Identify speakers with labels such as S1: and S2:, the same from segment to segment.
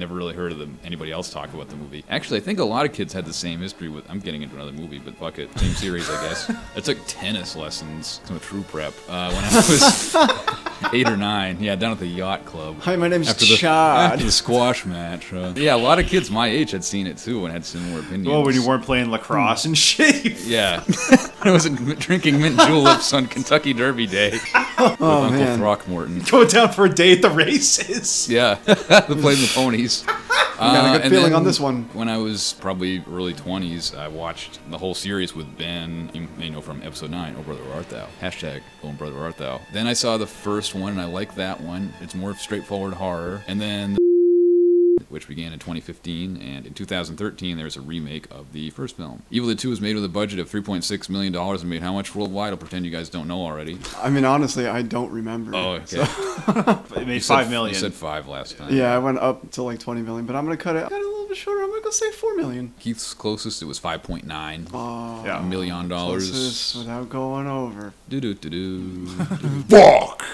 S1: never really heard of them, anybody else talk about the movie. Actually, I think a lot of kids had the same history with. I'm getting into another movie, but fuck it, same series, I guess. I took tennis lessons, some true prep, uh, when I was eight or nine. Yeah, down at the yacht club.
S2: Hi, my name's
S1: after the,
S2: Chad.
S1: After the squash match. uh, yeah, a lot of kids my age had seen it too and had similar opinions.
S3: Oh,
S2: Well, when you weren't playing lacrosse
S1: Hmm.
S2: and shit. you-
S1: Yeah, I was in- drinking mint juleps on Kentucky Derby Day with Uncle
S2: Oh, man.
S1: Throckmorton.
S2: Go down for a day at the races.
S1: Yeah, the playing the ponies. I
S2: got a good feeling on this one.
S1: When I was probably early 20s, I watched the whole series with Ben, you may know from episode 9, Oh Brother Where Art Thou. Hashtag Oh Brother Where Art Thou. Then I saw the first one and I liked that one. It's more straightforward horror. And then which began in 2015, and in 2013 there was a remake of the first film. Evil Dead 2 was made with a budget of 3.6 million dollars and made how much worldwide? I'll pretend you guys don't know already.
S2: I mean, honestly, I don't remember.
S1: okay.
S3: It made
S1: Said-
S3: Oh, five million.
S1: You said five last time.
S2: Yeah, I went up to like 20 million, but I'm going to cut it. I got it a little bit shorter. I'm going to go say 4 million.
S1: Keith's closest it was 5.9
S2: Oh,
S3: Yeah.
S1: million
S2: closest
S1: dollars.
S2: without going over.
S1: Do do do do. Fuck.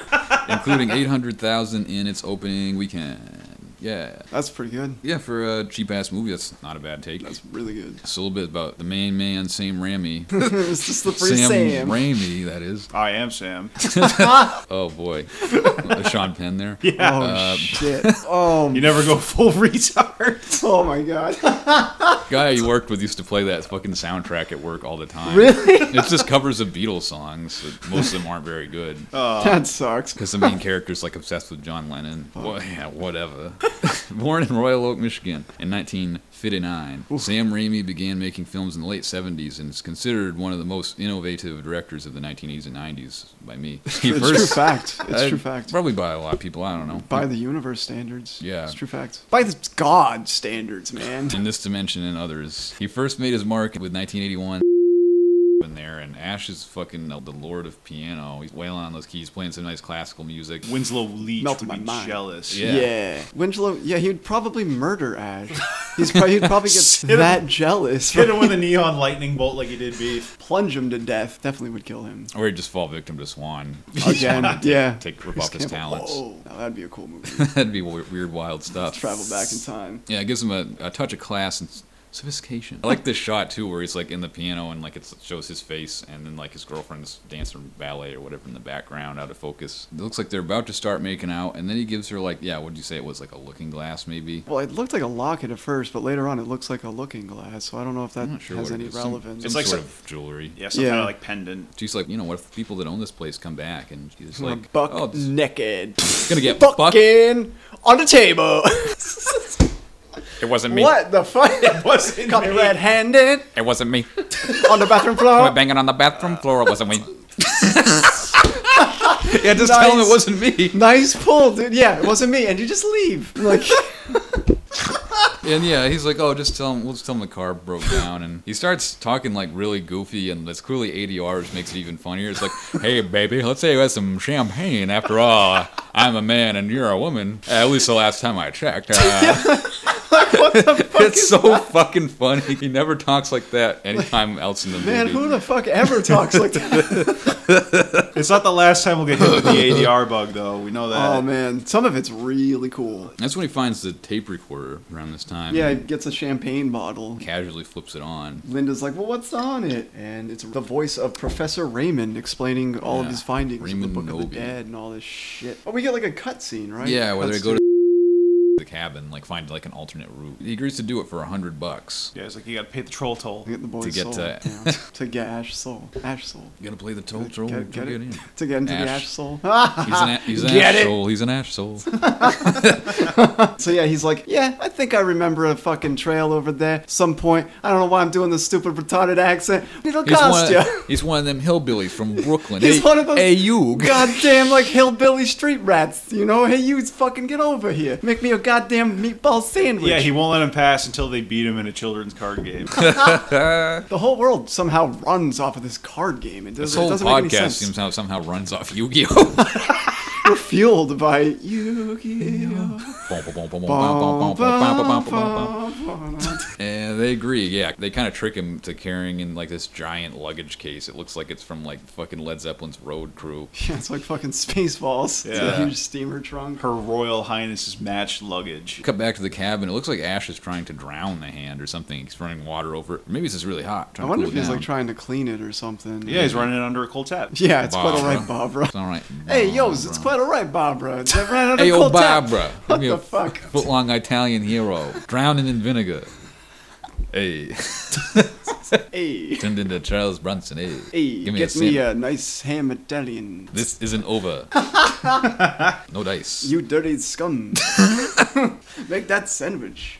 S1: Including 800,000 in its opening weekend. Yeah.
S2: That's pretty good.
S1: Yeah, for a cheap ass movie, that's not a bad take.
S2: That's really good.
S1: It's a little bit about the main man, Sam Raimi.
S2: it's just the free
S1: Sam
S2: Sam.
S1: Raimi, that is.
S3: I am Sam.
S1: Oh boy, Uh, Sean Penn there. Yeah.
S2: Oh, shit. Oh,
S3: You never go full retard.
S2: oh my God.
S1: Guy you worked with used to play that fucking soundtrack at work all the time.
S2: Really?
S1: It's just covers of Beatles songs. but Most of them aren't very good.
S2: that sucks.
S1: Because the main character's like obsessed with John Lennon. Well, yeah, whatever. Born in Royal Oak, Michigan in 1959, Sam Raimi began making films in the late 70s and is considered one of the most innovative directors of the 1980s and 90s by me. He
S2: It's true fact. It's
S1: uh,
S2: true fact.
S1: Probably by a lot of people. I don't know.
S2: By the universe standards.
S1: Yeah.
S2: It's true fact. By the God standards, man.
S1: in this dimension and others. He first made his mark with 1981 in there, and Ash is fucking the lord of piano. He's wailing on those keys, playing some nice classical music.
S3: Winslow Leach
S2: Melted
S3: would
S2: my
S3: be
S2: mind.
S3: jealous.
S1: Yeah.
S2: Yeah. Winslow, yeah, he'd probably murder Ash. He's probably, he'd probably get
S3: Sit him-
S2: that jealous.
S3: Hit him with a neon lightning bolt like he did beef.
S2: Plunge him to death. Definitely would kill him.
S1: Or he'd just fall victim to Swan.
S2: Again, yeah.
S1: Take rip off his
S2: Campbell.
S1: talents.
S2: Whoa. Now that'd be a cool movie.
S1: That'd be weird, weird, wild stuff.
S2: Travel back in time.
S1: Yeah, it gives him a, a touch of class and s- sophistication. I like this shot too, where he's like in the piano and like it shows his face, and then like his girlfriend's dancing ballet or whatever in the background, out of focus. It looks like they're about to start making out, and then he gives her like, yeah, what'd you say it was like a looking glass, maybe.
S2: Well, it looked like a locket at first, but later on it looks like a looking glass, so I don't know if that
S1: I'm not sure
S2: has
S1: what
S2: any
S1: it is. Some-
S2: relevance.
S1: Some,
S3: It's like
S1: sort
S3: some-
S1: of jewelry.
S3: Yeah, some
S2: Yeah.
S3: kind of like pendant.
S1: She's like, you know, what if the people that own this place come back and she's
S2: I'm
S1: like,
S2: buck
S1: oh, it's
S2: naked.
S1: gonna get buck.
S2: Fucking on the table.
S1: It wasn't me.
S2: what the fuck?
S3: Wasn't
S2: Caught me
S3: me.
S2: red-handed
S1: It wasn't me.
S2: on the bathroom floor.
S1: We're banging on the bathroom floor. It wasn't me. yeah, just tell him it
S2: Nice.
S1: wasn't me.
S2: Nice pull, dude. Yeah, it wasn't me. And you just leave. Like,
S1: And yeah, he's like, oh, just tell him. We'll just tell him the car broke down. And he starts talking like really goofy, and that's clearly ADR, which makes it even funnier. It's like, hey, baby, let's say you had some champagne. After all, I'm a man and you're a woman. At least the last time I checked. Uh,
S2: what the fuck
S1: it's
S2: is
S1: so fucking funny. He never talks like that anytime else in the
S2: Man,
S1: movie.
S2: who the fuck ever talks like that?
S3: It's not the last time we'll get hit with the ADR bug, though. We know that.
S2: oh man, some of it's really cool.
S1: that's when he finds the tape recorder around this time.
S2: Yeah,
S1: and
S2: it gets a champagne bottle.
S1: casually flips it on.
S2: Linda's like, "Well, what's on it?" And it's the voice of Professor Raymond explaining all of
S1: Yeah,
S2: his findings
S1: Raymond
S2: of the Book of
S1: Nobe.
S2: the Dead and all this shit. Oh, we get like a cutscene, right?
S1: Yeah, whether they
S2: Cutscene.
S1: go to the cabin, like find like an alternate route. He agrees to do it for a hundred bucks.
S3: Yeah, it's like you gotta pay the troll toll.
S2: to get the boy's
S1: to get
S2: soul.
S1: to-
S2: yeah. to get Ash soul. Ash soul.
S1: You gotta play the toll troll
S2: get,
S1: to
S2: get
S1: get
S2: it?
S1: in.
S2: To get into the
S1: Ash.
S2: Ash soul.
S1: He's an, a- he's an
S2: Get
S1: ash
S2: it?
S1: soul. He's an ash soul.
S2: So yeah, he's like, yeah, I think I remember a fucking trail over there. Some point, I don't know why I'm doing this stupid retarded accent. It'll
S1: He's
S2: cost
S1: one,
S2: ya.
S1: of, he's one of them hillbillies from Brooklyn.
S2: He's
S1: hey,
S2: one of those
S1: Hey, you.
S2: goddamn like hillbilly street rats. You know, hey, you fucking get over here. Make me a goddamn meatball sandwich.
S3: Yeah, he won't let him pass until they beat him in a children's card game.
S2: the whole world somehow runs off of this card game. It doesn't,
S1: This
S2: it
S1: whole
S2: doesn't make any
S1: podcast
S2: sense.
S1: seems how somehow runs off Yu-Gi-Oh.
S2: We're fueled by Yu-Gi-Oh.
S1: And they agree, yeah. They kind of trick him to carrying in like this giant luggage case. It looks like it's from like fucking Led Zeppelin's road crew.
S2: Yeah, it's like fucking Spaceballs. It's a
S3: Yeah.
S2: huge steamer trunk.
S3: Her Royal Highness's matched luggage.
S1: Cut back to the cabin. It looks like Ash is trying to drown the hand or something. He's running water over it. Or maybe it's just really hot.
S2: I
S1: Trying
S2: wonder
S1: to
S2: if
S1: cool it
S2: he's like
S1: down.
S2: trying to clean it or something.
S3: Yeah, he's running it under a cold tap.
S2: Yeah, it's quite
S1: Barbara.
S2: alright, Barbara.
S1: It's all right.
S2: Hey, yo, it's quite alright, Barbara. It's right out of
S1: Hey, yo,
S2: cold tap.
S1: Barbara.
S2: What
S1: Give me
S2: the
S1: a
S2: fuck?
S1: Footlong Italian hero. Drowning in vinegar. Hey.
S2: Hey,
S1: Turned into Charles Bronson. Hey.
S2: hey,
S1: Give me
S2: get
S1: a
S2: me
S1: sandwich.
S2: a nice ham Italian.
S1: This isn't over. no dice.
S2: You dirty scum. Make that sandwich.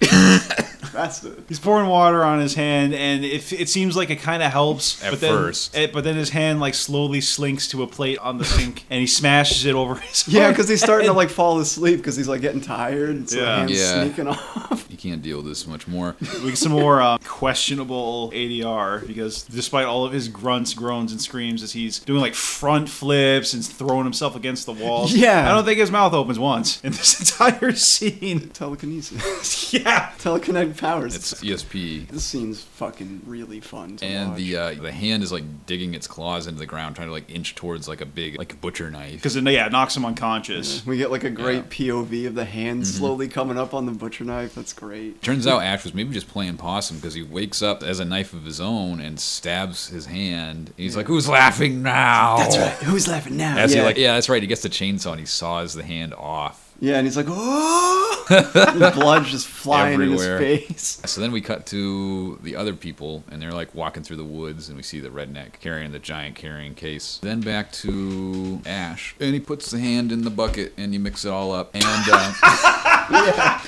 S2: Faster.
S3: He's pouring water on his hand, and it, it seems like it kind of helps.
S1: At
S3: but then,
S1: first.
S3: eh, but then his hand like slowly slinks to a plate on the sink, and he smashes it over his.
S2: Yeah,
S3: own
S2: because he's starting to
S3: head.
S2: like fall asleep because he's like getting tired. So
S3: Yeah.
S2: yeah. Hands
S1: Yeah.
S2: sneaking off.
S1: you can't deal with this much more.
S3: We get some more uh, questionable ADR because despite all of his grunts, groans, and screams as he's doing like front flips and throwing himself against the wall.
S2: Yeah.
S3: I don't think his mouth opens once in this entire scene.
S2: Telekinesis.
S3: yeah.
S2: Telekinetic powers.
S1: It's ESP.
S2: this scene's fucking really fun to
S1: And
S2: watch.
S1: the uh, the hand is like digging its claws into the ground, trying to like inch towards like a big like butcher knife.
S3: Because yeah, it knocks him unconscious.
S2: we get like a great
S1: Yeah. Mm-hmm.
S2: POV of the hand slowly coming up on the butcher knife. That's great.
S1: Turns out Ash was maybe just playing possum because he wakes up as a knife of his own and stabs his hand. He's like, "Who's laughing now?"
S2: Oh, Who's laughing now?
S1: As
S2: yeah.
S1: he like, yeah, that's right. He gets the chainsaw and he saws the hand off.
S2: yeah, and he's like, oh! the blood's just flying
S1: Everywhere.
S2: in his face.
S1: So then we cut to the other people, and they're like walking through the woods, and we see the redneck carrying the giant carrying case. Then back to Ash, and he puts the hand in the bucket, and you mix it all up. And uh,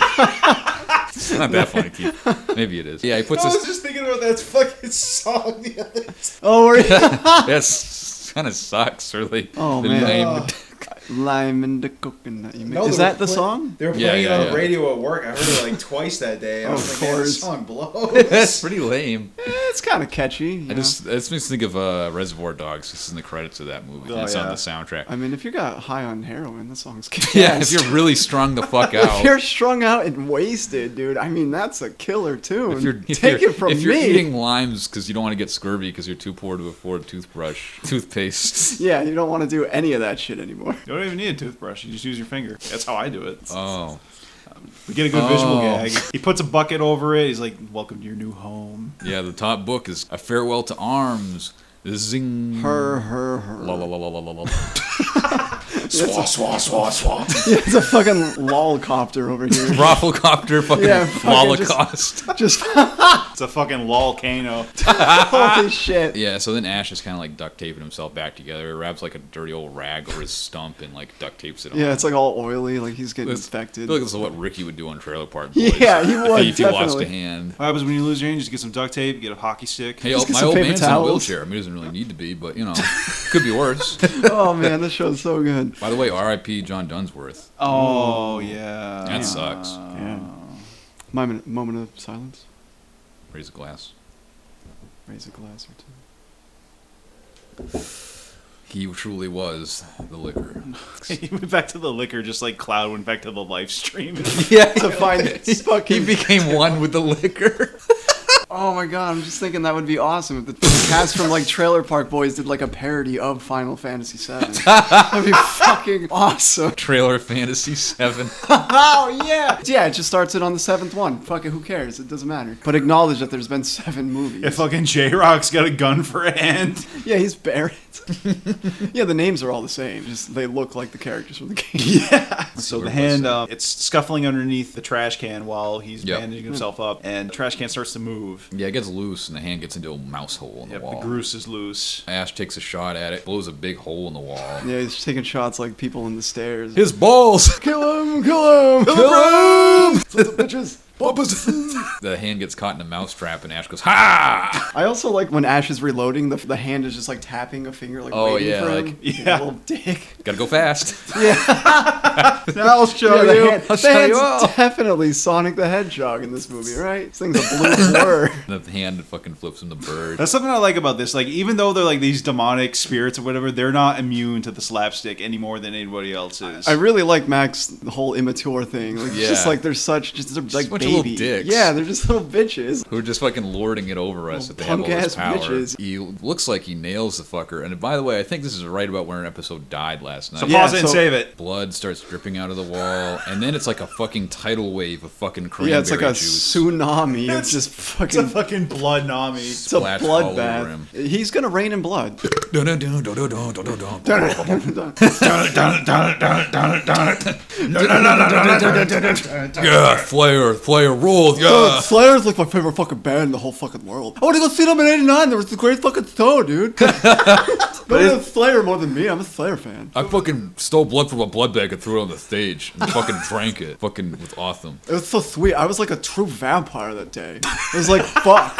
S1: it's not that funny, Keith. Maybe it is. Yeah, he puts his.
S3: just thinking about that fucking song the other
S2: Oh, we're
S1: That's kind of sucks, really.
S2: Oh,
S1: The
S2: man.
S1: name-
S2: lime and the coconut. You
S3: No,
S2: make- Is
S3: they were
S2: that the
S3: play-
S2: song?
S3: They were
S1: Yeah, playing it yeah, on the yeah.
S3: radio at work. I heard it like twice that day.
S2: I was Of like, "Man, this course. song
S1: That's
S3: blows.
S1: pretty lame.
S2: Eh, it's kind of catchy.
S1: I
S2: You know?
S1: just it just makes me think of uh, Reservoir Dogs. This is in the credits of that movie.
S3: Oh,
S1: it's on
S3: yeah.
S1: the soundtrack.
S2: I mean, if you got high on heroin, the song's kick
S1: yeah, if you're really strung the fuck out.
S2: if you're strung out and wasted, dude, I mean that's a killer tune.
S1: If you're, if
S2: Take
S1: you're-
S2: it from
S1: if you're
S2: me.
S1: eating limes because you don't want to get scurvy because you're too poor to afford toothbrush, toothpaste.
S2: Yeah, you don't want to do any of that shit anymore.
S3: You don't even need a toothbrush. You just use your finger. That's how I do it.
S1: Oh,
S3: We get a good visual
S1: Oh.
S3: gag. He puts a bucket over it. He's like, "Welcome to your new home."
S1: yeah. The top book is a farewell to arms. Zing.
S2: Her, her, her.
S1: La la la la la la. la.
S3: Swa swa swa swa.
S2: Yeah, it's a fucking lolcopter over here.
S1: Rafflecopter, fucking
S2: Yeah, fucking just-
S1: holocaust.
S2: Just
S3: It's a fucking lolcano.
S2: holy shit.
S1: Yeah, so then Ash is kind of like duct taping himself back together. He wraps like a dirty old rag over his stump and like duct tapes it on.
S2: Yeah, it's like all oily, like he's getting
S1: It's- I
S2: infected.
S1: feel like this is what Ricky would do on Trailer Park Boys.
S2: Yeah, he
S1: If
S2: would,
S1: If he lost
S2: definitely.
S1: a hand.
S3: What happens when you lose your hand? You just get some duct tape. You get a hockey stick.
S1: Hey,
S2: Just
S1: old-
S2: get
S1: my
S2: some
S1: old
S2: paper
S1: man's
S2: towels.
S1: in a wheelchair. I mean, he doesn't really need to be, but you know, could be worse.
S2: oh man, this show's so good.
S1: By the way, R.I.P. John Dunsworth.
S3: Oh yeah.
S1: That sucks.
S2: Yeah. Moment, moment of silence.
S1: Raise a glass.
S2: Raise a glass or two.
S1: He truly was the liquor.
S3: he went back to the liquor, just like Cloud went back to the live stream.
S1: yeah,
S2: To find this
S1: he
S2: fucking.
S1: became one with the liquor.
S2: oh my god, I'm just thinking that would be awesome if the cast from like Trailer Park Boys did like a parody of Final Fantasy VII. That'd be fucking awesome.
S1: Trailer Fantasy 7.
S2: Oh yeah, yeah. It just starts it on the seventh one. Fuck it, who cares? It doesn't matter. But acknowledge that there's been seven movies.
S3: yeah, fucking J Rock's got a gun for a hand.
S2: yeah, he's Barrett. yeah, the names are all the same. Just they look like the characters from the game.
S3: Yeah. So
S1: Super
S3: the hand,
S1: pussy.
S3: uh, it's scuffling underneath the trash can while he's
S1: Yep.
S3: bandaging himself up, and the trash can starts to move.
S1: Yeah, it gets loose and the hand gets into a mouse hole in
S3: Yep,
S1: the wall.
S3: the groose is loose.
S1: Ash takes a shot at it, blows a big hole in the wall.
S2: Yeah, he's taking shots like people in the stairs.
S1: His balls!
S2: Kill him! Kill him!
S1: It's
S2: the bitches.
S1: the hand gets caught in a mousetrap, and Ash goes, "Ha!"
S2: I also like when Ash is reloading, the, the hand is just like tapping a finger, like
S1: Oh,
S2: waiting
S1: yeah,
S2: for
S1: like-
S2: him.
S3: yeah.
S2: little dick.
S1: Gotta go fast.
S3: I'll show
S2: the
S3: you.
S2: hand-
S1: I'll
S2: the
S1: show you
S2: hand's
S1: all.
S2: definitely Sonic the Hedgehog in this movie, right? This thing's a blue blur.
S1: The hand fucking flips him the bird.
S3: That's something I like about this. Like, even though they're like these demonic spirits or whatever, they're not immune to the slapstick any more than anybody else is.
S2: I really like Max's whole immature thing. Like, It's just
S1: Yeah.
S2: like they're such, just they're like
S1: bunch of
S2: baby.
S1: little dicks.
S2: Yeah, they're just little bitches.
S1: Who are just fucking lording it over us
S2: Little
S1: that they have all this power.
S2: punk-ass bitches.
S1: He looks like he nails the fucker. And by the way, I think this is right about where an episode died last night.
S3: so
S2: Yeah,
S3: pause it and
S2: so-
S3: save it.
S1: Blood starts dripping out of the wall, and then it's like a fucking tidal wave of fucking cranberry
S2: Yeah, it's like a
S1: juice.
S2: tsunami. It's
S3: It's-
S2: just
S3: It's a
S2: fucking.
S3: fucking blood nami.
S2: It's a
S1: splash all over him.
S2: bloodbath. He's gonna rain in blood.
S1: Dun dun dun dun dun dun dun dun. Yeah, Flair, Flair rules.
S2: Dude,
S1: Yeah.
S2: Oh, Slayer's like my favorite fucking band in the whole fucking world. I want to go see them in '89. There was the great fucking show, dude. but it's Slayer more than me. I'm a Slayer fan.
S1: I fucking stole blood from a blood bag and threw it on the stage and fucking drank it. Fucking with awesome.
S2: It was so sweet. I was like a true vampire that day. It was like fuck.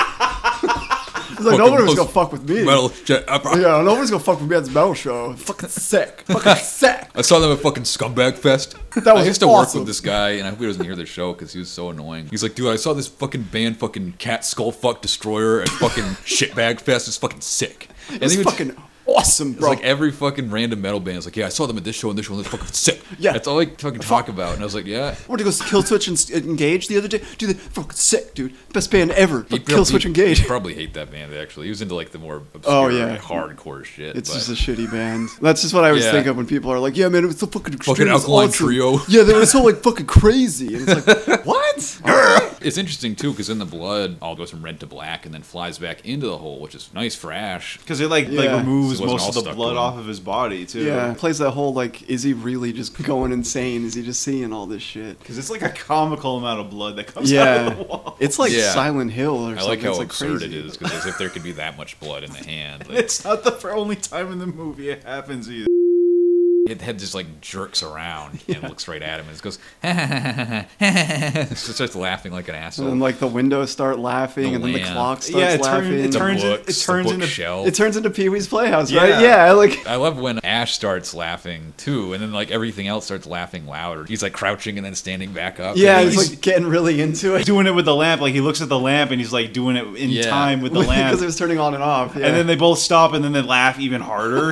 S2: It was like
S1: Fucking
S2: nobody
S1: most
S2: was gonna fuck with me.
S1: Metal shit ever.
S2: Yeah, nobody's gonna fuck with me at this metal show. Fucking sick. Fucking sick.
S1: I saw them at fucking Scumbag Fest.
S2: That
S1: I
S2: was
S1: used to
S2: awesome.
S1: work with this guy, and I hope he doesn't hear the show because he was so annoying. He's like, dude, I saw this fucking band, fucking Cat Skull Fuck Destroyer at fucking Shitbag Fest. It's fucking sick. And
S2: It was
S1: he would-
S2: fucking awesome,
S1: It's
S2: bro.
S1: like every fucking random metal band is like, yeah, I saw them at this show and this show and this fucking sick.
S2: Yeah.
S1: That's all they fucking talk about. And I was like, yeah.
S2: I went to go see Killswitch and s- Engage the other day. Dude, they fucking sick, dude. Best band ever.
S1: He
S2: Fuck Killswitch
S1: he-
S2: Engage.
S1: He probably hate that band actually. He was into like the more obscure,
S2: Oh, yeah.
S1: hardcore shit.
S2: It's
S1: but-
S2: just a shitty band. That's just what I always
S1: Yeah.
S2: think of when people are like, "Yeah, man, it was so fucking extreme,
S1: Fucking
S2: it was
S1: Alkaline
S2: awesome."
S1: Trio.
S2: Yeah, they were so like fucking crazy, and it's like, what?
S1: It's interesting too because in the blood, all goes from red to black and then flies back into the hole, which is nice for Ash.
S3: Because it like
S2: Yeah.
S3: like removes
S1: So it wasn't
S3: most
S1: all
S3: of the
S1: stuck
S3: blood
S1: to him.
S3: off of his body too.
S2: yeah, plays that whole like, is he really just going insane? Is he just seeing all this shit?
S3: Because it's like a comical amount of blood that comes out of the
S2: Yeah,
S3: wall.
S2: it's like
S1: Yeah.
S2: Silent Hill or
S1: I
S2: something.
S1: like how
S2: it's like
S1: absurd
S2: crazy.
S1: it is because as if there could be that much blood in the hand. Like,
S3: It's not the fir- only time in the movie it happens either.
S1: it head just like jerks around and looks right at him and just goes, ha ha ha ha ha. So starts laughing like an
S2: And
S1: asshole.
S2: then like the windows start laughing,
S1: The
S2: and then the
S1: lamp.
S2: clock starts
S3: Yeah, it, turn,
S2: laughing.
S3: it
S1: The
S3: turns in- it
S1: books, the
S3: turns into
S1: bookshelf.
S2: It turns into Pee Wee's Playhouse, right?
S3: Yeah.
S2: Yeah, like
S1: I love when Ash starts laughing too, and then like everything else starts laughing louder. He's like crouching and then standing back up.
S2: yeah,
S1: And
S2: he's like getting really into it
S3: doing it with the lamp. Like he looks at the lamp and he's like doing it in
S1: Yeah.
S3: time with the lamp.
S2: because it was turning on and off. Yeah.
S3: And then they both stop and then they laugh even harder.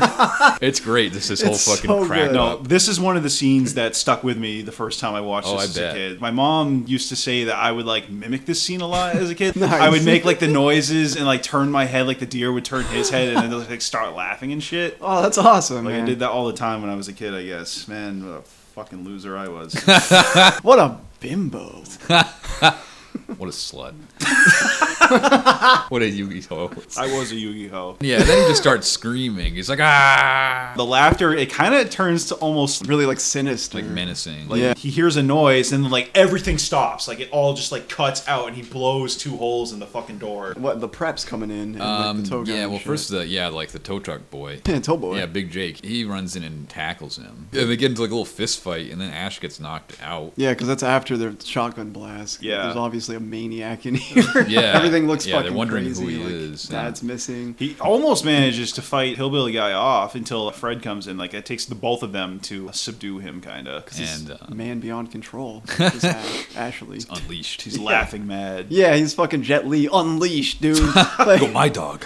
S1: it's great. This this whole
S2: It's
S1: fucking
S2: so
S1: crack
S2: good.
S1: up.
S3: no, this is one of the scenes that stuck with me the first time I watched
S1: Oh,
S3: this
S1: I
S3: as a
S1: bet.
S3: kid. My mom used to say that I would like mimic this scene a lot as a kid.
S2: Nice.
S3: I would make like the noises and like turn my head like the deer would turn his head and then like start laughing and shit.
S2: oh, that's awesome,
S3: Like
S2: man.
S3: I did that all the time when I was a kid, I guess. Man, what a fucking loser I was.
S2: What a bimbo.
S1: What a slut. what a Yu-Gi-Oh.
S3: I was a Yu-Gi-Oh.
S1: Yeah, then he just starts screaming. He's like ah,
S3: The laughter, it kind of turns to almost
S2: Really like sinister.
S1: like menacing.
S3: like
S1: Like
S2: Yeah.
S3: he hears a noise and then like everything stops. Like it all just like cuts out and he blows two holes in the fucking door.
S2: what the prep's coming in and
S1: um,
S2: like the tow gun
S1: yeah.
S2: and
S1: Well,
S2: shit.
S1: first the yeah, like the tow truck boy.
S2: yeah, tow boy.
S1: Yeah, Big Jake. He runs in and tackles him. And they get into like a little fist fight, and then Ash gets knocked out.
S2: Yeah, because that's after their shotgun blast.
S3: Yeah.
S2: there's obviously a maniac in here.
S1: Yeah.
S2: everything looks
S1: Yeah, they're
S2: fucking
S1: wondering who
S2: crazy.
S1: he
S2: like,
S1: is, yeah.
S2: Dad's missing.
S3: He almost manages to fight hillbilly guy off until Fred comes in. Like it takes the both of them to subdue him, kind of. Because he's,
S1: And uh,
S2: Man beyond control. Just have Ashley.
S1: unleashed.
S3: he's
S1: He's like,
S3: laughing mad.
S2: Yeah, he's fucking Jet Li unleashed, dude.
S1: "Go,
S2: Like,
S1: my dog."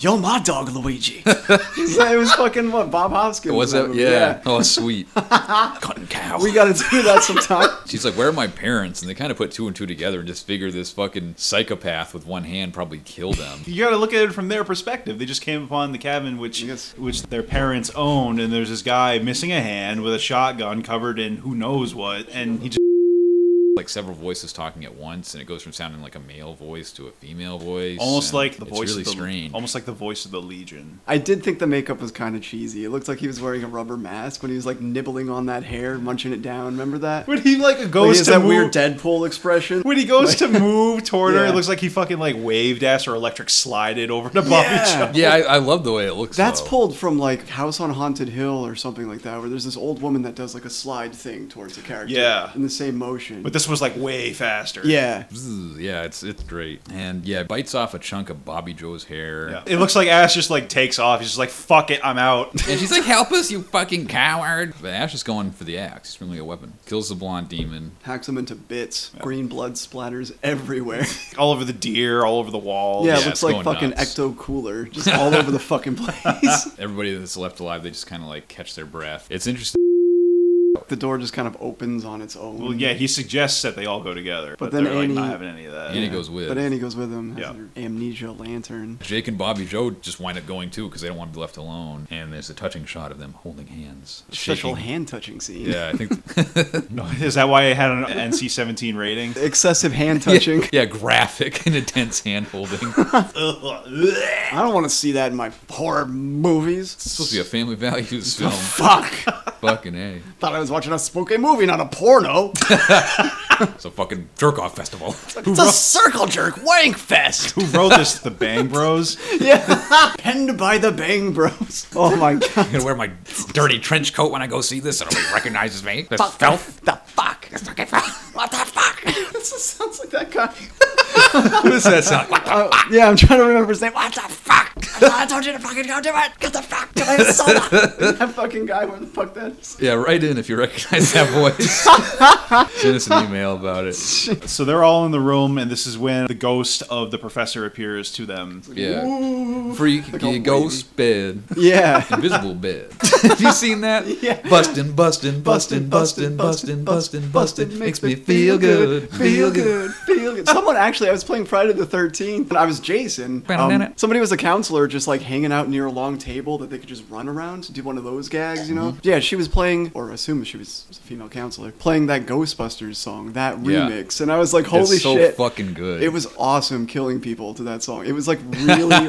S2: Yo, my dog Luigi. He's like- it was fucking what Bob Hoskins.
S1: Was
S2: in
S1: that?
S2: movie,
S1: Yeah. Oh, sweet. Cotton cow.
S2: We gotta do that sometime.
S1: She's like, "Where are my parents?" And they kind of put two and two together and just figure this fucking psychopath with one hand probably killed them.
S3: You got to look at it from their perspective. They just came upon the cabin, which
S2: Yes.
S3: which their parents owned, and there's this guy missing a hand with a shotgun covered in who knows what, and he just
S1: like several voices talking at once, and it goes from sounding like a male voice to a female voice.
S3: almost
S1: and
S3: like the
S1: it's
S3: voice
S1: really
S3: of the Oh
S1: strange.
S3: almost like the voice of the Legion.
S2: I did think the makeup was kind of cheesy. It looked like he was wearing a rubber mask when he was like nibbling on that hair, munching it down. Remember that?
S3: When he like
S2: Like,
S3: goes
S2: is
S3: to
S2: that
S3: move,
S2: weird Deadpool expression?
S3: when he goes to move toward her,
S2: Yeah.
S3: it looks like he fucking like waved ass or electric slided over to Bobby
S2: Yeah.
S3: Jones.
S1: yeah, I, I love the way it looks.
S2: That's
S1: though.
S2: pulled from like House on Haunted Hill or something like that, where there's this old woman that does like a slide thing towards the character.
S3: Yeah.
S2: In the same motion.
S3: But the this was like way faster.
S2: Yeah.
S1: Bzzz, Yeah, it's it's great. And yeah, bites off a chunk of Bobby Joe's hair.
S3: Yeah. It looks like Ash just like takes off. He's just like, fuck it, I'm out.
S1: And she's like, "Help us, you fucking coward!" But Ash is going for the axe. It's really a weapon. Kills the blonde demon.
S2: Hacks him into bits. Green blood splatters everywhere.
S3: all over the deer, all over the walls.
S2: yeah,
S1: yeah,
S2: it
S1: it's
S2: looks like
S1: going
S2: fucking
S1: nuts.
S2: Ecto Cooler, just all over the fucking place.
S1: Everybody that's left alive, they just kind of like catch their breath. It's interesting.
S2: the door just kind of opens on its own.
S3: Well, yeah, he suggests that they all go together, but,
S2: then
S3: they're like
S2: Annie-
S3: not having any of that.
S1: Annie goes with.
S2: But Annie goes with him.
S3: Yeah.
S2: Yeah. Amnesia lantern.
S1: Jake and Bobby Joe just wind up going too because they don't want to be left alone. And there's a touching shot of them holding hands.
S2: Special
S1: shaking.
S2: hand touching scene.
S1: Yeah, I think.
S3: Is that why it had an NC-17 rating?
S2: Excessive hand touching.
S1: yeah, graphic and intense hand holding.
S3: Ugh.
S2: I don't want to see that in my horror movies.
S1: It's supposed to be a family values film.
S2: Fuck.
S1: fucking a.
S2: Thought I was watching a spooky movie, not a porno.
S1: It's a fucking jerk off festival.
S2: It's a circle jerk wank fest.
S3: Who wrote this? The Bang Bros.
S2: yeah. Penned by the Bang Bros. Oh my god.
S1: I'm gonna wear my dirty trench coat when I go see this, and nobody recognizes me. This filth.
S2: The fuck.
S1: This fucking filth. What the fuck?
S2: This sounds like that guy.
S1: Who does that sound like?
S2: Uh, yeah, I'm trying to remember his name. What the
S1: Fuck! I told you to fucking go do it. Get the fuck to my soda.
S2: that fucking guy? Where the fuck that is?
S1: Yeah, write in if you recognize that voice. Send us an email about it.
S3: So they're all in the room, and this is when the ghost of the professor appears to them.
S1: Yeah, freak
S2: all
S1: you ghost bed,
S2: Yeah.
S1: invisible bed. Have you seen that?
S2: Yeah.
S1: Bustin', bustin', bustin', bustin', bustin', bustin', bustin', makes me feel good, feel good.
S2: feel good. Someone actually, I was playing Friday the 13th, and I was Jason. Um, somebody was a counselor just like hanging out near a long table that they could just run around to do one of those gags, you
S1: Mm-hmm.
S2: know? Yeah, she was playing, or I assume she was, was a female counselor, playing that Ghostbusters song, that
S1: Yeah.
S2: remix. And I was like, holy
S1: it's so
S2: shit.
S1: fucking good.
S2: It was awesome killing people to that song. It was like really,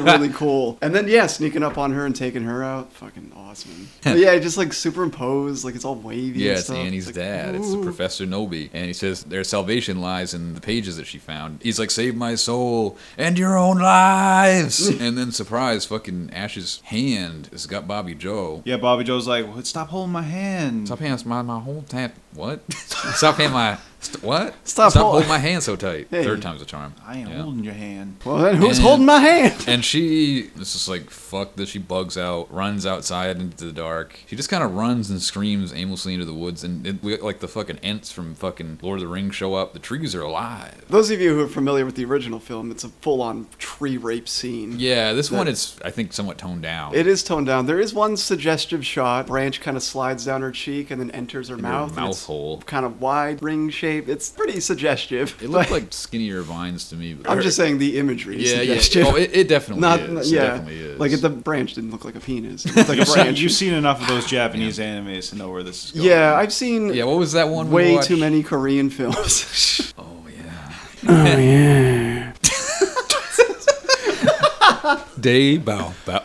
S2: really cool. And then yeah, sneaking up on her and taking her out, fucking awesome. But yeah, just like superimposed, like it's all wavy.
S1: Yeah,
S2: and
S1: it's
S2: stuff.
S1: Annie's
S2: like,
S1: dad. It's the
S2: ooh.
S1: Professor Nobi. And he says their salvation lies in the pages that she found. He's like, save my soul and your own lives. and then, surprise, fucking Ash's hand has got Bobby Joe.
S3: Yeah, Bobby Joe's like, "Well, stop holding my hand.
S1: Stop handing my, my whole tap. What? Stop handing my. St- what?
S2: Stop hol-
S1: holding my hand so tight.
S2: Hey.
S1: Third time's a charm.
S3: I ain't
S1: Yeah.
S3: holding your hand."
S2: Well, then who's
S1: And-
S2: holding my hand?
S1: And she is just like, fuck this. She bugs out, runs outside into the dark. She just kind of runs and screams aimlessly into the woods. And it, we, like the fucking ants from fucking Lord of the Rings show up. The trees are alive.
S2: Those of you who are familiar with the original film, it's a full-on tree rape scene.
S1: Yeah, this one
S2: That-
S1: is I think somewhat toned down.
S2: It is toned down. There is one suggestive shot. Branch kind of slides down her cheek and then enters her
S1: her
S2: mouth. and
S1: mouth
S2: it's
S1: hole.
S2: Kind of wide ring shape. It's pretty suggestive.
S1: It looked like skinnier vines to me. but-
S2: I'm just saying the imagery is
S1: Yeah, yeah.
S2: suggestive.
S1: Oh, it, it definitely
S2: Not
S1: is.
S2: yeah,
S1: It definitely is.
S2: like the branch didn't look like a penis. It's like a
S3: You've seen,
S2: branch.
S3: you've seen enough of those Japanese animes to know where this is going.
S2: yeah, I've seen
S1: yeah. What was that one? we
S2: way
S1: watched?
S2: too many Korean films.
S1: Oh yeah.
S2: oh yeah.
S1: Day bow bow.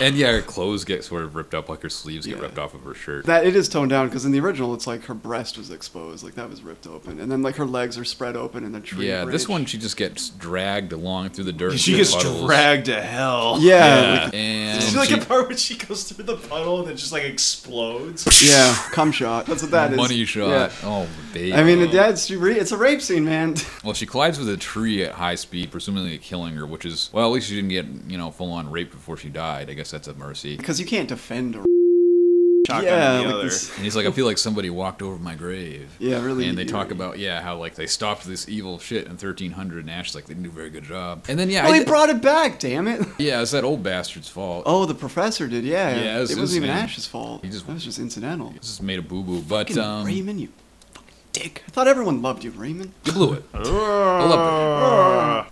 S1: and yeah, her clothes get sort of ripped up, like her sleeves get
S2: Yeah.
S1: ripped off of her shirt.
S2: That it is toned down because in the original it's like her breast was exposed, like that was ripped open, and then like her legs are spread open in the tree.
S1: yeah, this
S2: branch.
S1: one she just gets dragged along through the dirt.
S3: She
S1: through
S3: gets
S1: puddles.
S3: dragged to hell.
S2: Yeah,
S1: Yeah, and
S3: Is there like
S1: she-
S3: a part where she goes through the puddle and it just like explodes?
S2: yeah, yeah, cum shot. That's what that is.
S1: money shot.
S2: Yeah.
S1: Oh baby.
S2: I mean, that's it's a rape scene, man.
S1: Well, she collides with a tree at high speed, presumably killing her, which is well, at least she didn't get you know full on raped before she died. I guess that's a mercy.
S2: Because you can't defend a. Yeah,
S3: Shotgun to the
S2: like
S3: other.
S2: this.
S1: And he's like, I feel like somebody walked over my grave.
S2: Yeah, really.
S1: And they talk
S2: eerie.
S1: about yeah how like they stopped this evil shit in 1300. And Ash's like they didn't do a very good job. And then yeah,
S2: Well,
S1: I
S2: he
S1: did-
S2: brought it back. Damn it.
S1: yeah, it's that old bastard's fault.
S2: Oh, the professor did. Yeah.
S1: Yeah, it was
S2: it, was not even
S1: incidental.
S2: Ash's fault.
S1: He just-
S2: that was just incidental.
S1: This is made a boo boo, but
S2: Fucking
S1: um, you
S2: Raymond, you fucking dick. I thought everyone loved you, Raymond.
S1: blew it. I loved it.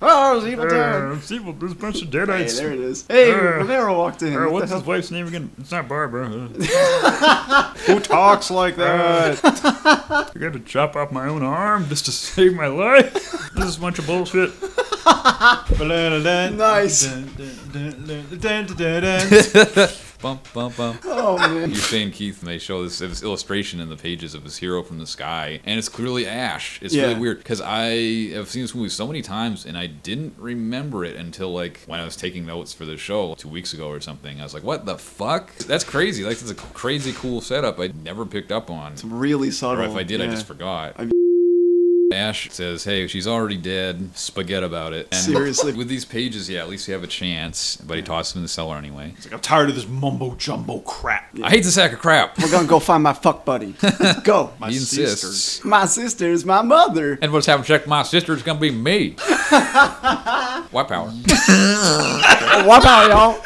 S2: Oh, it was evil Dad.
S4: See, well, there's a bunch of
S2: Hey,
S4: deadites.
S2: there it is. Hey,
S4: Uh,
S2: Romero walked in.
S4: Uh,
S2: What
S4: what's
S2: the
S4: his
S2: hell?
S4: wife's name again? It's not Barbara. huh? Uh,
S3: Who talks like that?
S4: I got to chop off my own arm just to save my life. This is a bunch of bullshit.
S3: Nice.
S2: Nice.
S1: bum, bum, bum.
S2: Oh man.
S1: Usain Keith, and they show this, this illustration in the pages of this hero from the sky, and it's clearly Ash. It's
S2: Yeah.
S1: really weird because I have seen this movie so many times, and I didn't remember it until like when I was taking notes for the show two weeks ago or something. I was like, "What the fuck? That's crazy! Like, it's a crazy cool setup I never picked up on,
S2: It's really subtle.
S1: or if I did, I
S2: yeah.
S1: just forgot."
S2: I'm-
S1: Ash says, "Hey, she's already dead. Spaghetti about it." And
S2: Seriously.
S1: with these pages, yeah, at least you have a chance. But he tosses him in the cellar anyway.
S3: It's like, I'm tired of this mumbo jumbo crap.
S1: I hate the sack of crap.
S2: We're gonna go find my fuck buddy. Let's go.
S3: My
S1: he insists.
S3: sisters.
S2: My sister is my mother.
S1: And what's happened? Check my sister. It's gonna be me. White power.
S2: White power, y'all.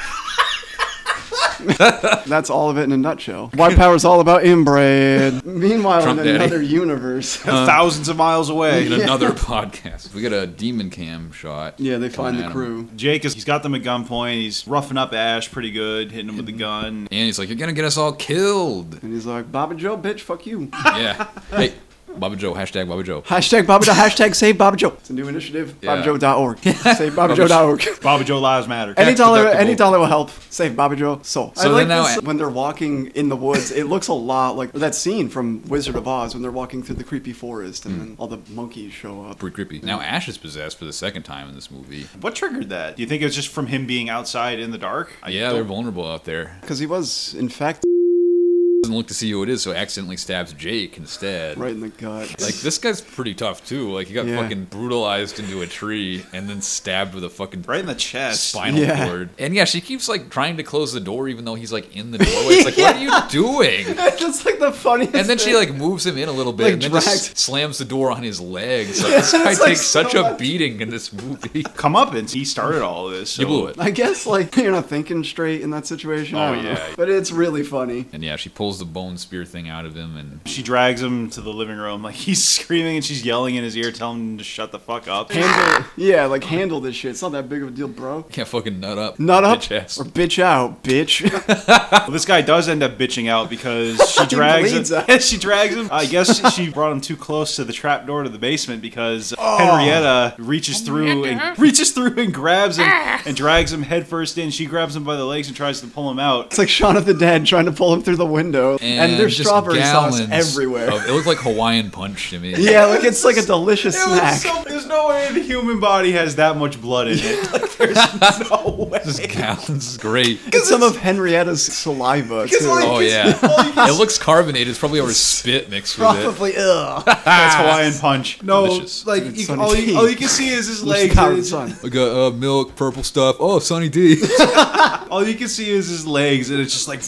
S2: That's all of it in a nutshell. White power is all about inbred. Meanwhile,
S1: Trump
S2: in
S1: daddy.
S2: another universe.
S3: thousands of miles away.
S1: In another podcast, we got a demon cam shot.
S2: yeah, they
S1: coming
S2: find the
S1: at him.
S2: crew.
S3: Jake is he's got them at gunpoint. He's roughing up Ash pretty good, hitting him with the gun.
S2: Mm-hmm.
S1: and he's like, "You're gonna get us all killed."
S2: And he's like, Baba Joe, bitch, fuck you.
S1: yeah. Hey, Baba Joe. Hashtag Baba Joe.
S2: Hashtag Baba Joe, hashtag save Baba Joe. It's a new initiative.
S1: Yeah.
S2: BabaJoe.org. save BabaJoe.org.
S3: Bobby Joe lives matter.
S2: Any
S1: Tax
S2: dollar,
S1: deductible.
S2: any dollar will help. Save Baba Joe. So, I
S1: So
S2: like
S1: then now-
S2: this, when they're walking in the woods, it looks a lot like that scene from Wizard of Oz when they're walking through the creepy forest
S1: Hmm.
S2: and then all the monkeys show up.
S1: Pretty creepy. Now Ash is possessed for the second time in this movie.
S3: What triggered that? Do you think it was just from him being outside in the dark? I
S1: Uh, Yeah,
S3: don't-
S1: they're vulnerable out there.
S2: Because he was infected
S1: Doesn't look to see who it is, so accidentally stabs Jake instead.
S2: right in the gut.
S1: Like this guy's pretty tough too. Like he got
S2: Yeah.
S1: fucking brutalized into a tree and then stabbed with a fucking
S3: right in the chest.
S1: spinal
S2: Yeah.
S1: cord. And yeah, she keeps like trying to close the door even though he's like in the doorway. It's like, what are you doing?
S2: That's like the funniest.
S1: And then she
S2: thing.
S1: like moves him in a little bit
S2: Like,
S1: and then
S2: dragged.
S1: just slams the door on his legs. Like, this
S2: Yeah,
S1: guy
S2: it's,
S1: takes
S2: like, so
S1: such a
S2: much.
S1: beating in this movie.
S3: Come up and he started all of this. So.
S1: You blew it.
S2: I guess like you're not thinking straight in that situation. I
S1: Oh,
S2: don't know.
S1: yeah.
S2: But it's really funny.
S1: And yeah, she pulls the bone spear thing out of him and
S3: She drags him to the living room. Like he's screaming and she's yelling in his ear, telling him to shut the fuck up.
S2: Handle, yeah, like handle this shit. It's not that big of a deal, bro.
S1: can't fucking nut up.
S2: Nut up
S1: Bitch ass.
S2: or bitch out, bitch.
S3: Well, this guy does end up bitching out because she drags
S2: bleeds
S3: him.
S2: out.
S3: she drags him. I guess she brought him too close to the trap door to the basement because Oh. Henrietta Ah. reaches through and reaches through and grabs him and drags him headfirst in. She grabs him by the legs and tries to pull him out.
S2: It's like Shaun of the Dead trying to pull him through the window, and, there's
S1: just
S2: strawberry sauce
S1: gallons
S2: everywhere.
S1: of- it looked like Hawaiian punch to me.
S2: yeah, like it's like a delicious
S3: It was
S2: snack.
S3: so- there's no way the human body has that much blood in it. Like, there's no way.
S1: Just gallons is great.
S2: Get some of Henrietta's saliva too.
S3: like-
S1: Oh yeah. it looks carbonated. It's probably over spit mixed with it.
S2: Probably ugh.
S3: That's Hawaiian punch. No,
S1: Ah. Delicious.
S3: like
S2: It's
S3: you-
S2: sunny
S3: all, you,
S2: tea.
S3: all you can see is his legs.
S2: Like
S3: and
S2: Howard
S3: it's-
S2: Sun.
S1: I got uh, milk, purple stuff. Oh, Sunny D.
S3: All you can see is his legs, and it's just like,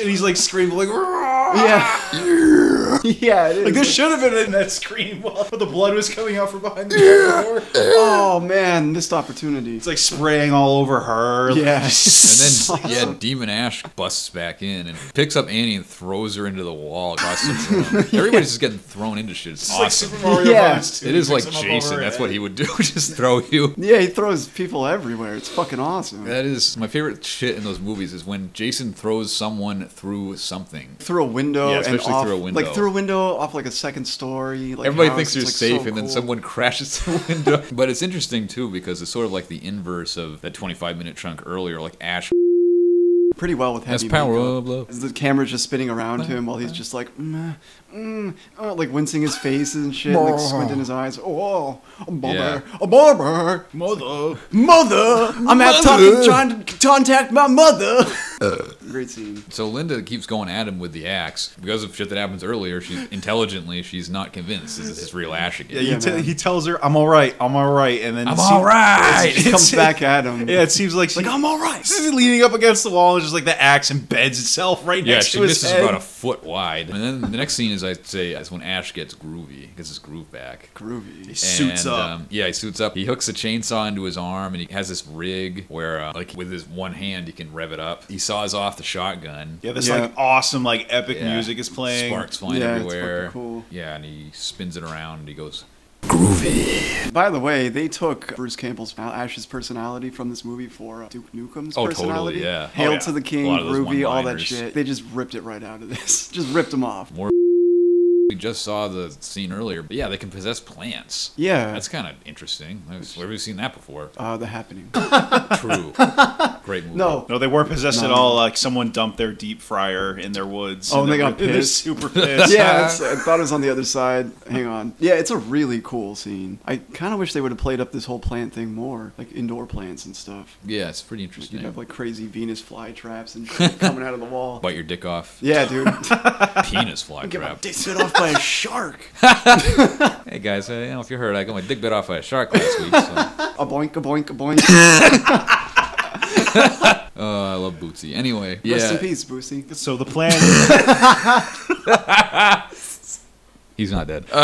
S3: and he's like screaming like,
S2: Yeah. yeah, it is.
S3: like this should have been in that scream while the blood was coming out from behind the door.
S2: oh man, missed opportunity.
S3: It's like spraying all over her.
S2: Yeah.
S1: And then, yeah, Demon Ash busts back in and picks up Annie and throws her into the wall across the room. Everybody's just getting thrown into shit. It's
S3: It's like
S1: awesome.
S3: Super Mario
S2: Yeah.
S3: Bros. 2.
S1: it is
S3: He
S1: like
S3: picks him up over
S1: Jason.
S3: her
S1: That's
S3: head.
S1: what he would do. just throw you.
S2: Yeah, he throws people everywhere. It's fucking awesome.
S1: That is my favorite shit in those movies is when Jason throws someone through something.
S2: Through a window,
S1: Yeah,
S2: and
S1: especially
S2: off,
S1: through a window.
S2: like through a window off like a second story. Like
S1: Everybody
S2: house.
S1: thinks you're
S2: It's, like,
S1: safe,
S2: so
S1: and then
S2: cool.
S1: someone crashes the window. but it's interesting too because it's sort of like the inverse of that 25 minute chunk earlier. Like Ash
S2: pretty well with
S1: has
S2: heavy
S1: power
S2: makeup.
S1: of love.
S2: Is The camera's just spinning around him while he's just like, mm, mm, uh, like wincing his face and shit, and, like squinting his eyes. Oh, a barber,
S1: Yeah.
S2: a barber,
S3: Mother.
S2: mother. I'm out talking, trying to contact my mother.
S1: Uh.
S2: Great scene.
S1: So Linda keeps going at him with the axe because of shit that happens earlier. She intelligently, she's not convinced this is his real ash
S3: Yeah,
S1: again.
S3: you
S2: Yeah,
S3: te-
S2: man.
S3: he tells her, "I'm all right, I'm all right," and then
S1: I'm
S3: it seems-
S1: all right.
S2: She comes back at him.
S3: Yeah, it seems like she,
S2: Like I'm all right.
S3: This is leaning up against the wall, and just like the axe embeds itself right
S1: Yeah,
S3: next
S1: she
S3: to his
S1: misses
S3: head.
S1: about a foot wide. And then the next scene is, I say, is when Ash gets groovy, gets his groove back.
S3: he
S2: Groovy.
S3: suits
S1: And,
S3: up.
S1: um, yeah, he suits up. He hooks a chainsaw into his arm, and he has this rig where, uh, like, with his one hand, he can rev it up. He saws off the shotgun.
S3: yeah, this
S2: Yeah.
S3: like awesome, like epic
S1: Yeah.
S3: music is playing.
S1: Sparks flying
S2: Yeah, it's
S1: everywhere.
S2: fucking cool.
S1: Yeah, and he spins it around. and He goes,
S2: By the way, they took Bruce Campbell's Ash's personality from this movie for uh, Duke Nukem's
S1: Oh, totally,
S2: personality.
S1: yeah.
S2: Hail
S3: Oh, yeah.
S2: to the
S1: A
S2: King,
S1: lot of those
S2: Groovy, all that
S1: one-liners.
S2: shit. They just ripped it right out of this. just ripped him off.
S1: We just saw the scene earlier, but yeah, they can possess plants.
S2: Yeah.
S1: That's kind of interesting. That's- Where have we seen that before?
S2: Uh, the happening.
S1: True. Great movie.
S2: No.
S3: No, they were possessed at all. Like someone dumped their deep fryer in their woods.
S2: Oh, and they got
S3: were- they're
S2: pissed.
S3: super pissed.
S2: yeah, that's, I thought it was on the other side. Hang on. Yeah, it's a really cool scene. I kind of wish they would have played up this whole plant thing more, like indoor plants and stuff.
S1: Yeah, it's pretty
S2: You'd
S1: interesting.
S2: have like crazy Venus flytraps and shit coming out of the wall.
S1: Bite your dick off.
S2: Yeah, dude.
S1: Penis fly
S2: Get my
S1: trap.
S2: dick bit off by a shark.
S1: Hey guys, I don't know if you heard, I got my dick bit off by a shark last week. So.
S2: A boink, a boink, a boink.
S1: Oh, I love Bootsy. Anyway, yeah,
S2: Rest in peace, Boosie.
S3: So the plan.
S1: he's not dead.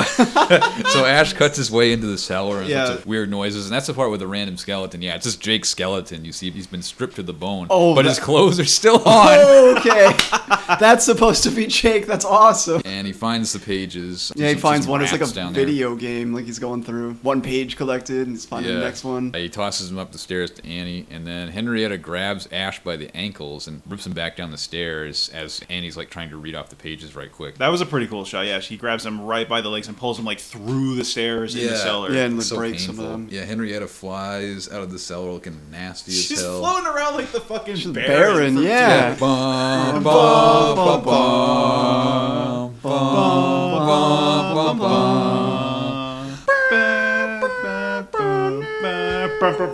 S1: Uh, so Ash cuts his way into the cellar and
S2: Yeah.
S1: lots of weird noises, and that's the part with the random skeleton. Yeah, it's just Jake's skeleton. You see, he's been stripped to the bone,
S2: Oh,
S1: but
S2: that-
S1: his clothes are still on.
S2: Oh, Okay, that's supposed to be Jake. That's awesome.
S1: And he finds the pages.
S2: Yeah, he
S1: Some-
S2: finds
S1: some
S2: one. It's like
S1: rats
S2: a
S1: down there.
S2: video game. Like he's going through one page collected, and he's finding the next one.
S1: He tosses him up the stairs to Annie, and then Henrietta grabs Ash by the ankles and rips him back down the stairs as Annie's like trying to read off the pages right quick.
S3: that was a pretty cool shot. Yeah, she grabs him right by the legs and pulls him like through the stairs in
S1: Yeah.
S3: the cellar.
S2: Yeah, and like breaks some of them.
S1: Yeah, Henrietta flies out of the cellar looking nasty
S3: She's
S1: as hell.
S3: floating around like the fucking
S2: She's
S3: baron.
S2: barren.
S3: from-
S2: Yeah.
S1: Bum, bum,
S2: Bum,
S1: bum,
S2: bum,
S1: bum, bum, bum, bum,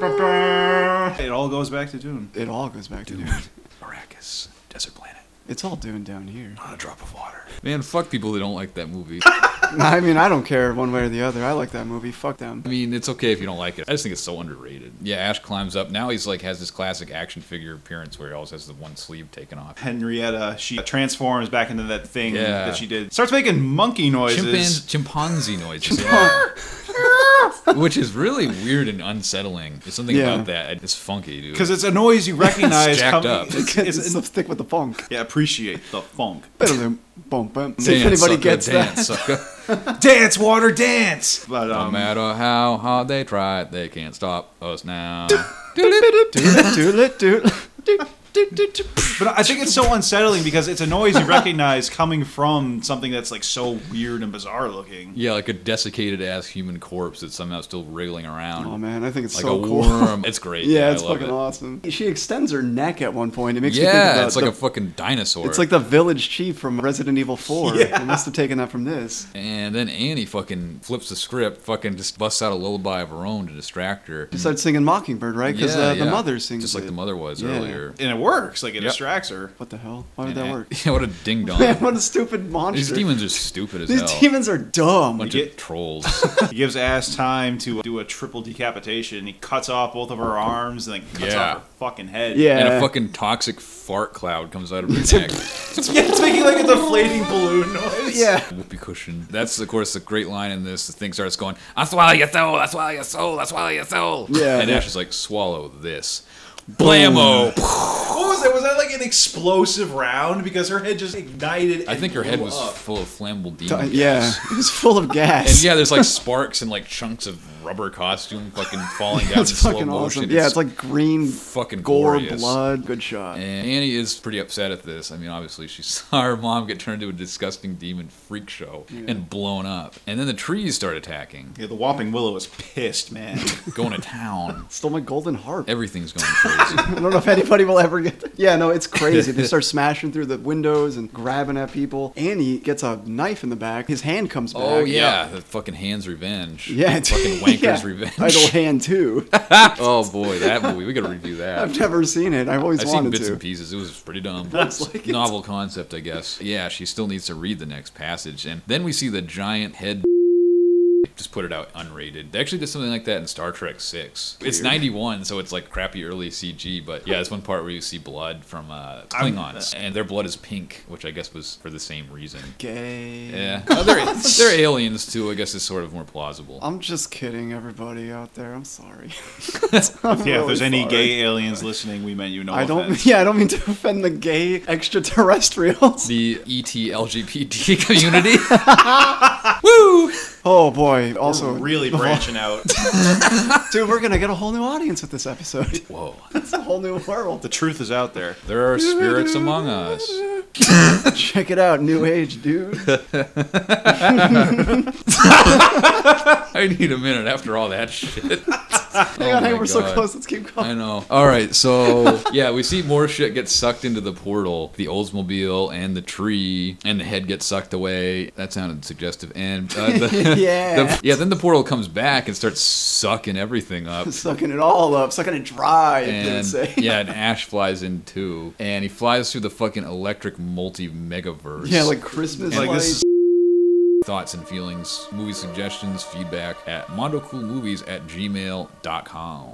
S1: bum.
S3: It all goes back to Dune.
S2: It all goes back to Dune.
S1: Arrakis, desert planet,
S2: It's all Dune down here.
S1: not a drop of water. Man, fuck people that don't like that movie.
S2: I mean, I don't care one way or the other. I like that movie. Fuck them.
S1: I mean, it's okay if you don't like it. I just think it's so underrated. Yeah, Ash climbs up. Now he's like has this classic action figure appearance where he always has the one sleeve taken off.
S3: Henrietta, she transforms back into that thing
S1: Yeah.
S3: that she did. Starts making monkey noises.
S1: Chimpan- chimpanzee noises, yeah. which is really weird and unsettling. There's something
S2: Yeah.
S1: about that. It's funky, dude.
S3: Because it's a noise you recognize.
S1: It's jacked
S3: coming-
S1: up.
S3: It's,
S2: It's,
S3: it's-
S2: so thick with the funk.
S3: yeah, appreciate the funk.
S2: Better than bump bump. See
S1: dance,
S2: if anybody
S1: sucker,
S2: gets
S1: dance,
S2: that.
S1: sucker.
S3: Dance, water, dance. But
S1: No
S3: um,
S1: matter how hard they try, it, they can't stop us now.
S2: Doodle-doodle, doodle-doodle. Doot, doot, doot, doot.
S3: but I think it's so unsettling because it's a noise you recognize coming from something that's like so weird and bizarre looking.
S1: yeah, like a desiccated ass human corpse that's somehow still wriggling around.
S2: Oh man, I think it's
S1: Like
S2: so
S1: a
S2: cool.
S1: worm. It's great.
S2: Yeah, it's
S1: I love
S2: fucking
S1: it.
S2: awesome. She extends her neck at one point. It makes me think
S1: Yeah,
S2: about
S1: it's like
S2: the-
S1: a fucking dinosaur.
S2: it's like the village chief from Resident Evil 4.
S3: Yeah.
S2: They must have taken that from this.
S1: And then Annie fucking flips the script, fucking just busts out a lullaby of her own to distract her.
S2: She starts singing Mockingbird, right? Because
S1: Mm. Yeah,
S2: uh, the
S1: yeah.
S2: mother sings
S1: Just like
S2: it.
S1: the mother was
S2: Yeah.
S1: earlier.
S3: And it works. Like it
S1: Yep.
S3: distracts her.
S2: What the hell? Why did
S1: And-
S2: that work?
S1: Yeah, what a ding
S2: Man,
S1: dong.
S2: what a stupid monster.
S1: These demons are stupid as
S2: These
S1: hell.
S2: demons are dumb.
S1: Bunch
S3: You get-
S1: of trolls.
S3: He gives Ash time to do a triple decapitation. He cuts off both of her arms and then cuts
S1: Yeah.
S3: off her fucking head.
S2: Yeah.
S1: and a fucking toxic fart cloud comes out of her neck.
S3: yeah, it's making like a deflating balloon noise.
S2: yeah.
S1: Whoopee cushion. That's of course the great line in this. The thing starts going, "I swallow your soul, I swallow your soul, I swallow your soul."
S2: Yeah,
S1: And
S2: yeah.
S1: Ash is like, "Swallow this." Blammo!
S3: What was that? Was that like an explosive round? Because her head just ignited.
S1: I
S3: and
S1: think her head
S3: blew
S1: was
S3: up.
S1: full of flammable
S2: Uh,
S1: demon
S2: yeah.
S1: gas.
S2: It was full of gas.
S1: And yeah, there's like sparks and like chunks of rubber costume fucking falling down in
S2: That's
S1: slow
S2: fucking
S1: motion.
S2: awesome. Yeah, it's like green
S1: fucking
S2: gore,
S1: glorious.
S2: blood. Good shot.
S1: And Annie is pretty upset at this. I mean, obviously, she saw her mom get turned into a disgusting demon freak show and blown up. And then the trees start attacking,
S3: Yeah, the whopping willow was pissed, man.
S1: going to town.
S2: Stole my golden harp.
S1: Everything's going crazy.
S2: I don't know if anybody will ever get that. Yeah, no, it's crazy. they start smashing through the windows and grabbing at people. Annie gets a knife in the back. His hand comes back.
S1: Oh yeah, the fucking hands revenge.
S2: Yeah,
S1: fucking wanker's
S2: yeah.
S1: revenge.
S2: Idle Hand too.
S1: oh boy, that movie. We gotta review that.
S2: I've never seen it. I've always
S1: I've seen
S2: wanted
S1: bits
S2: to.
S1: and pieces. It was pretty dumb.
S2: That's like it's-
S1: Novel concept, I guess. Yeah, she still needs to read the next passage, and then we see the giant head. Just put it out unrated. They actually did something like that in Star Trek Six. It's '91, so it's like crappy early CG. But yeah, there's one part where you see blood from uh, Klingons, and their blood is pink, which I guess was for the same reason.
S2: Gay.
S1: Yeah, Oh, they're, they're aliens too. I guess is sort of more plausible.
S2: I'm just kidding, everybody out there. I'm sorry.
S3: yeah, if
S2: really
S3: there's any
S2: sorry.
S3: gay aliens listening, we meant you no
S2: I don't.
S3: offense.
S2: Yeah, I don't mean to offend the gay
S1: E
S2: extraterrestrials.
S1: the ET LGBT community. Woo!
S2: Oh boy! Also,
S5: We're really branching out.
S2: dude, we're gonna get a whole new audience with this episode.
S1: Whoa.
S2: It's a whole new world.
S3: The truth is out there.
S1: There are spirits among us.
S2: Check it out, new age, dude.
S1: I need a minute after all that shit.
S2: Hang on,
S1: my
S2: hang on, we're so
S1: God.
S2: close. Let's keep going.
S1: I know. All right, so yeah, we see more shit get sucked into the portal. The Oldsmobile and the tree and the head gets sucked away. That sounded suggestive. And uh, the,
S2: Yeah.
S1: the- yeah, then the portal comes back and starts sucking everything up.
S2: Sucking it all up, sucking it dry. it didn't
S1: And
S2: say.
S1: yeah, and Ash flies in too, and he flies through the fucking electric multi megaverse.
S2: Yeah, like Christmas
S3: Like
S2: lights.
S3: this is
S1: thoughts and feelings, movie suggestions, feedback at mondocoolmovies at gmail.com.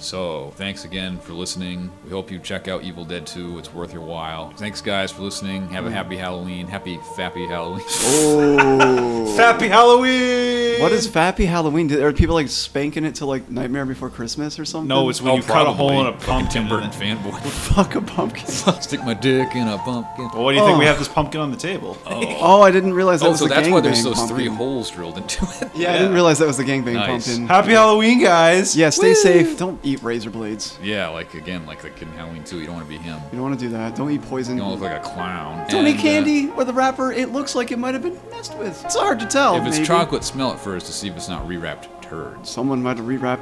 S1: So, thanks again for listening. We hope you check out Evil Dead 2. It's worth your while. Thanks, guys, for listening. Have a
S2: Mm.
S1: happy Halloween. Happy, fappy Halloween.
S2: Oh.
S3: Happy Halloween.
S2: What is Fappy Halloween? Did- Are people like spanking it to like Nightmare Before Christmas or something?
S3: No, it's when
S1: Oh,
S3: you cut a hole in a
S1: probably.
S3: pumpkin.
S1: Tim Burton
S3: and-
S1: fanboy.
S2: fuck a pumpkin.
S1: Stick my dick in a pumpkin.
S3: Well, what do you think?
S2: Oh.
S3: We have this pumpkin on the table.
S2: Oh, I didn't realize that
S1: Oh,
S2: was
S1: so
S2: the
S1: that's why
S2: gangbang
S1: there's those
S2: pumpkin.
S1: three holes drilled into it.
S2: Yeah, I didn't
S3: Yeah.
S2: realize that was the gangbang
S1: Nice.
S2: pumpkin.
S3: Happy Halloween, guys.
S2: Yeah, stay safe. Don't eat razor blades.
S1: Yeah, like again, like the kid in Halloween 2. You don't want to be him.
S2: You don't want to do that. Don't eat poison.
S1: You don't look like a clown.
S2: Don't
S1: And,
S2: eat
S1: uh,
S2: candy or the wrapper. It looks like it might have been messed with. It's hard to tell.
S1: if it's
S2: maybe.
S1: chocolate, smell it first to see if it's not rewrapped turds.
S2: someone might have rewrapped